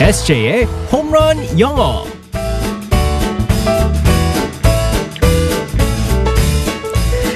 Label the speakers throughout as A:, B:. A: SJ의 홈런 영어.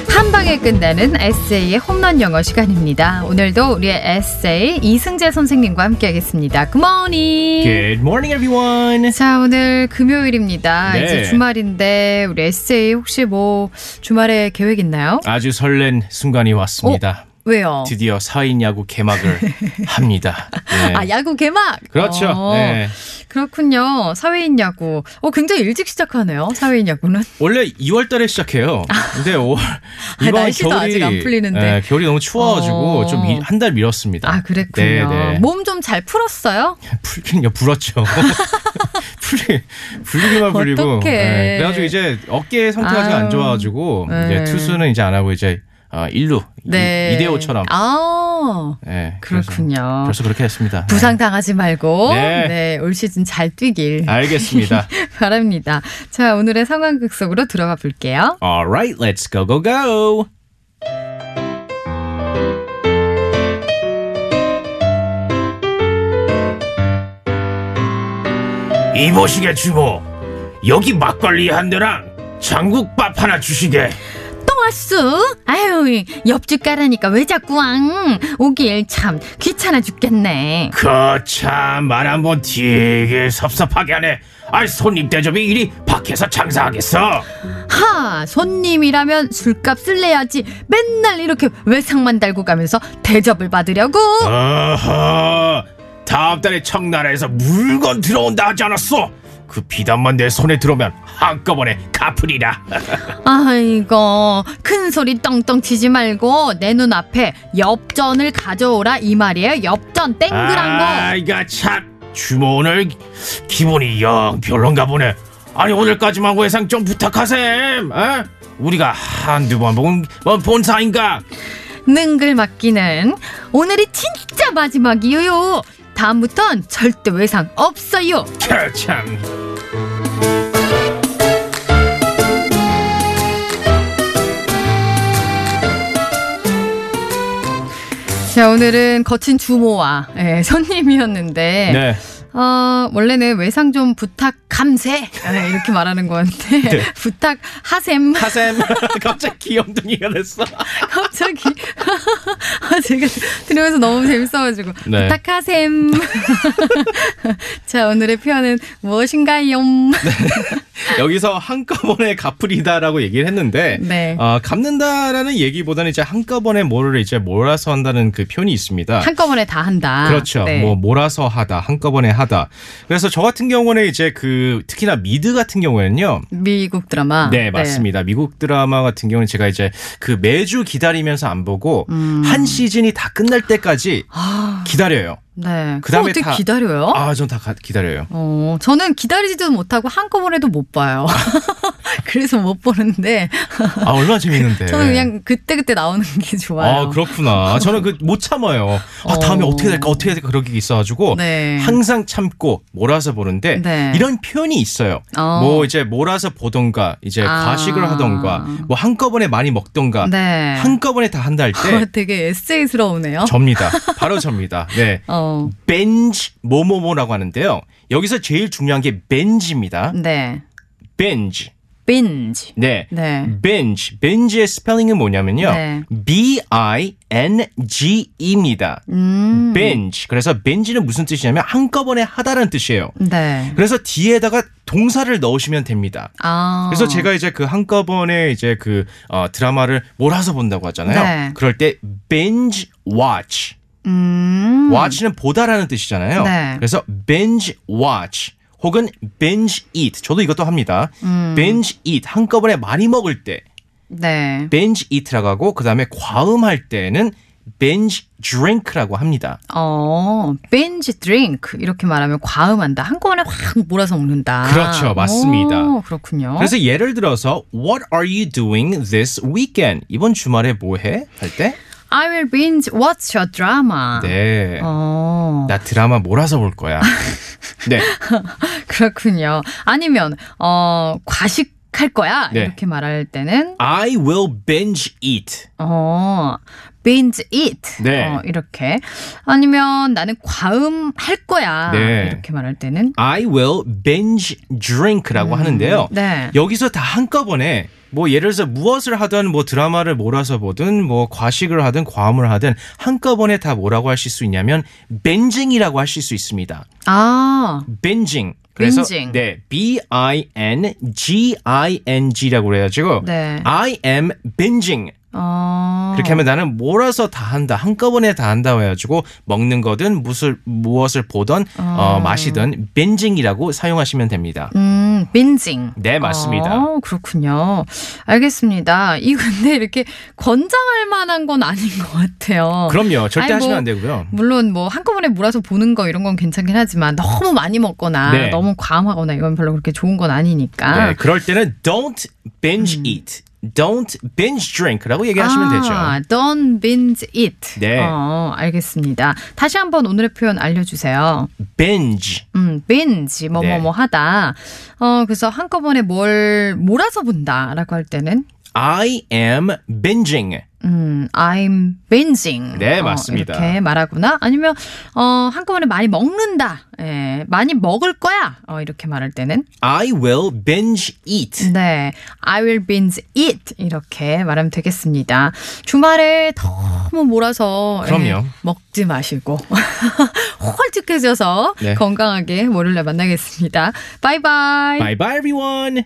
B: 한 방에 끝내는 에세이의 홈런 영어 시간입니다. 오늘도 우리의 에세이 이승재 선생님과 함께하겠습니다. 굿모닝.
A: Good morning, everyone.
B: 자, 오늘 금요일입니다.
A: 네.
B: 이제 주말인데 우리 에세이 혹시 뭐 주말에 계획 있나요?
A: 아주 설렌 순간이 왔습니다.
B: 왜요?
A: 드디어 4인 야구 개막을 합니다. 네.
B: 아, 야구 개막.
A: 그렇죠.
B: 어,
A: 네.
B: 그렇군요. 사회인 야구. 어, 굉장히 일찍 시작하네요. 사회인 야구는.
A: 원래 2월 달에 시작해요. 근데 5월 이번
B: 아, 날씨도
A: 겨울이
B: 아직 안 풀리는데.
A: 네, 겨울이 너무 추워가지고
B: 어.
A: 좀 한 달 미뤘습니다.
B: 아, 그랬군요.
A: 네, 네.
B: 몸 좀 잘 풀었어요?
A: 풀긴요 그러니까 불었죠. 풀리 불리기만 불리고.
B: 어떡해.
A: 네, 그래가지고 이제 어깨 상태가 좀
B: 아유.
A: 안 좋아가지고
B: 네.
A: 이제 투수는 이제 안 하고 이제 어, 일루
B: 네.
A: 이- 이대호처럼.
B: 아.
A: 네, 그래서
B: 그렇군요.
A: 벌써 그렇게 했습니다.
B: 부상 당하지 말고
A: 네.
B: 네, 올 시즌 잘 뛰길
A: 네. 알겠습니다.
B: 바랍니다. 자, 오늘의 상황극 속으로 들어가 볼게요.
A: Alright, let's go go go. 이보시게 주모. 여기 막걸리 한 대랑 장국밥 하나 주시게.
B: 또 왔어? 아유, 옆집 가라니까 왜 자꾸 왕? 오길 참 귀찮아 죽겠네.
A: 거참말 한번 되게 섭섭하게 하네. 아 손님 대접이 이리 밖에서 장사하겠어.
B: 하, 손님이라면 술값을 내야지. 맨날 이렇게 외상만 달고 가면서 대접을 받으려고.
A: 어? 어허. 다음 달에 청나라에서 물건 들어온다 하지 않았어? 그 비단만 내 손에 들어오면 한꺼번에 갚으리라.
B: 아이고, 큰 소리 떵떵 치지 말고 내 눈앞에 엽전을 가져오라 이 말이에요. 엽전 땡그란 거.
A: 아이가 참 주모 오늘 기분이 영 별론가 보네. 아니 오늘까지만 외상 좀 부탁하셈. 에? 우리가 한두 번 본 본사인가?
B: 능글맞기는 오늘이 진짜 마지막이에요. 다음부턴 절대 외상 없어요.
A: 참.
B: 자, 오늘은 거친 주모와 예, 손님이었는데
A: 네.
B: 어, 원래는 외상 좀 부탁 감세 예, 이렇게 말하는 건데 부탁 하셈
A: 네. 하셈 갑자기 귀염둥이가 됐어.
B: 갑자기 아, 제가 들으면서 너무 재밌어가지고
A: 네.
B: 부탁 하셈. 자, 오늘의 표현은 무엇인가요?
A: 네. 여기서 한꺼번에 갚으리다라고 얘기를 했는데
B: 네.
A: 어, 갚는다라는 얘기보다는 이제 한꺼번에 뭐를 이제 몰아서 한다는 그 표현이 있습니다.
B: 한꺼번에 다 한다.
A: 그렇죠.
B: 네.
A: 뭐 몰아서 하다, 한꺼번에 하다. 그래서 저 같은 경우는 이제 그 특히나 미드 같은 경우에는요.
B: 미국 드라마.
A: 네, 맞습니다. 미국 드라마 같은 경우는 제가 이제 그 매주 기다리면서 안 보고
B: 음.
A: 한 시즌이 다 끝날 때까지
B: 아,
A: 기다려요.
B: 네. 그
A: 그다음에
B: 어떻게
A: 다-
B: 기다려요?
A: 아, 전 다 기다려요.
B: 어, 저는 기다리지도 못하고 한꺼번에도 못 봐요. 그래서 못 보는데
A: 아, 얼마나 재밌는데.
B: 저는 그냥 그때 그때 나오는 게 좋아요.
A: 아 그렇구나. 저는 그 못 참아요. 아 다음에
B: 어.
A: 어떻게 될까 어떻게 될까 그런 게 있어가지고
B: 네.
A: 항상 참고 몰아서 보는데
B: 네.
A: 이런 표현이 있어요.
B: 어.
A: 뭐 이제 몰아서 보던가 이제
B: 아.
A: 과식을 하던가 뭐 한꺼번에 많이 먹던가
B: 네.
A: 한꺼번에 다 한다 할
B: 어,
A: 때
B: 되게 에세이스러우네요.
A: 접니다. 바로 접니다. 네.
B: 어,
A: 벤지 뭐뭐뭐라고 하는데요. 여기서 제일 중요한 게 벤지입니다.
B: 네.
A: 벤지.
B: binge.
A: 네.
B: 네.
A: 벤지. 벤지의 스펠링은 뭐냐면요.
B: 네.
A: B I N G입니다.
B: 음.
A: binge. 그래서 binge는 무슨 뜻이냐면 한꺼번에 하다라는 뜻이에요.
B: 네.
A: 그래서 뒤에다가 동사를 넣으시면 됩니다.
B: 아.
A: 그래서 제가 이제 그 한꺼번에 이제 그 어, 드라마를 몰아서 본다고 하잖아요.
B: 네.
A: 그럴 때 binge watch.
B: 음.
A: watch는 보다라는 뜻이잖아요.
B: 네.
A: 그래서 binge watch 혹은 binge eat. 저도 이것도 합니다.
B: 음.
A: binge eat 한꺼번에 많이 먹을 때
B: 네.
A: binge eat라고 하고 그다음에 과음할 때는 binge drink라고 합니다.
B: 어, binge drink 이렇게 말하면 과음한다. 한꺼번에 확 몰아서 먹는다.
A: 그렇죠. 맞습니다.
B: 오, 그렇군요.
A: 그래서 예를 들어서 What are you doing this weekend? 이번 주말에 뭐해? 할 때?
B: I will binge watch your drama.
A: 네.
B: 아. 어,
A: 나 드라마 몰아서 볼 거야. 네.
B: 그렇군요. 아니면 어 과식 할 거야.
A: 네.
B: 이렇게 말할 때는
A: I will binge eat.
B: 어, binge eat.
A: 네.
B: 어, 이렇게. 아니면 나는 과음 할 거야.
A: 네.
B: 이렇게 말할 때는
A: I will binge drink라고 하는데요.
B: 네.
A: 여기서 다 한꺼번에 뭐 예를 들어서 무엇을 하든 뭐 드라마를 몰아서 보든 뭐 과식을 하든 과음을 하든 한꺼번에 다 뭐라고 하실 수 있냐면 binging이라고 하실 수 있습니다.
B: 아,
A: binging. 그래서
B: binging.
A: 네, B I N G I N G라고 그래 가지고
B: 네.
A: I am binging.
B: 어.
A: 그렇게 하면 나는 몰아서 다 한다. 한꺼번에 다 한다고 해가지고 먹는 거든 무엇을, 무엇을 보던
B: 아.
A: 어, 마시던 벤징이라고 사용하시면 됩니다.
B: 음, 빈징.
A: 네, 맞습니다.
B: 어, 그렇군요. 알겠습니다. 이 근데 이렇게 권장할 만한 건 아닌 것 같아요.
A: 그럼요. 절대
B: 아니,
A: 하시면
B: 뭐-
A: 안 되고요.
B: 물론 뭐 한꺼번에 몰아서 보는 거 이런 건 괜찮긴 하지만 너무 많이 먹거나
A: 네.
B: 너무 과음하거나 이건 별로 그렇게 좋은 건 아니니까. 음.
A: 네, 그럴 때는 don't binge eat, don't binge drink라고 얘기하시면
B: 아,
A: 되죠.
B: Don't binge it.
A: 네.
B: 어, 알겠습니다. 다시 한번 오늘의 표현 알려주세요.
A: binge.
B: 음, binge 뭐뭐뭐
A: 네.
B: 하다. 어, 그래서 한꺼번에 뭘 몰아서 본다라고 할 때는
A: I am binging.
B: 음, I'm binging.
A: 네,
B: 어,
A: 맞습니다.
B: 이렇게 말하구나. 아니면 어, 한꺼번에 많이 먹는다. 예, 많이 먹을 거야. 어, 이렇게 말할 때는
A: I will binge eat.
B: 네, I will binge eat 이렇게 말하면 되겠습니다. 주말에 너무 몰아서
A: 그럼요.
B: 예, 먹지 마시고 홀쭉해져서
A: 네.
B: 건강하게 월요일에 만나겠습니다. 바이바이.
A: Bye bye everyone.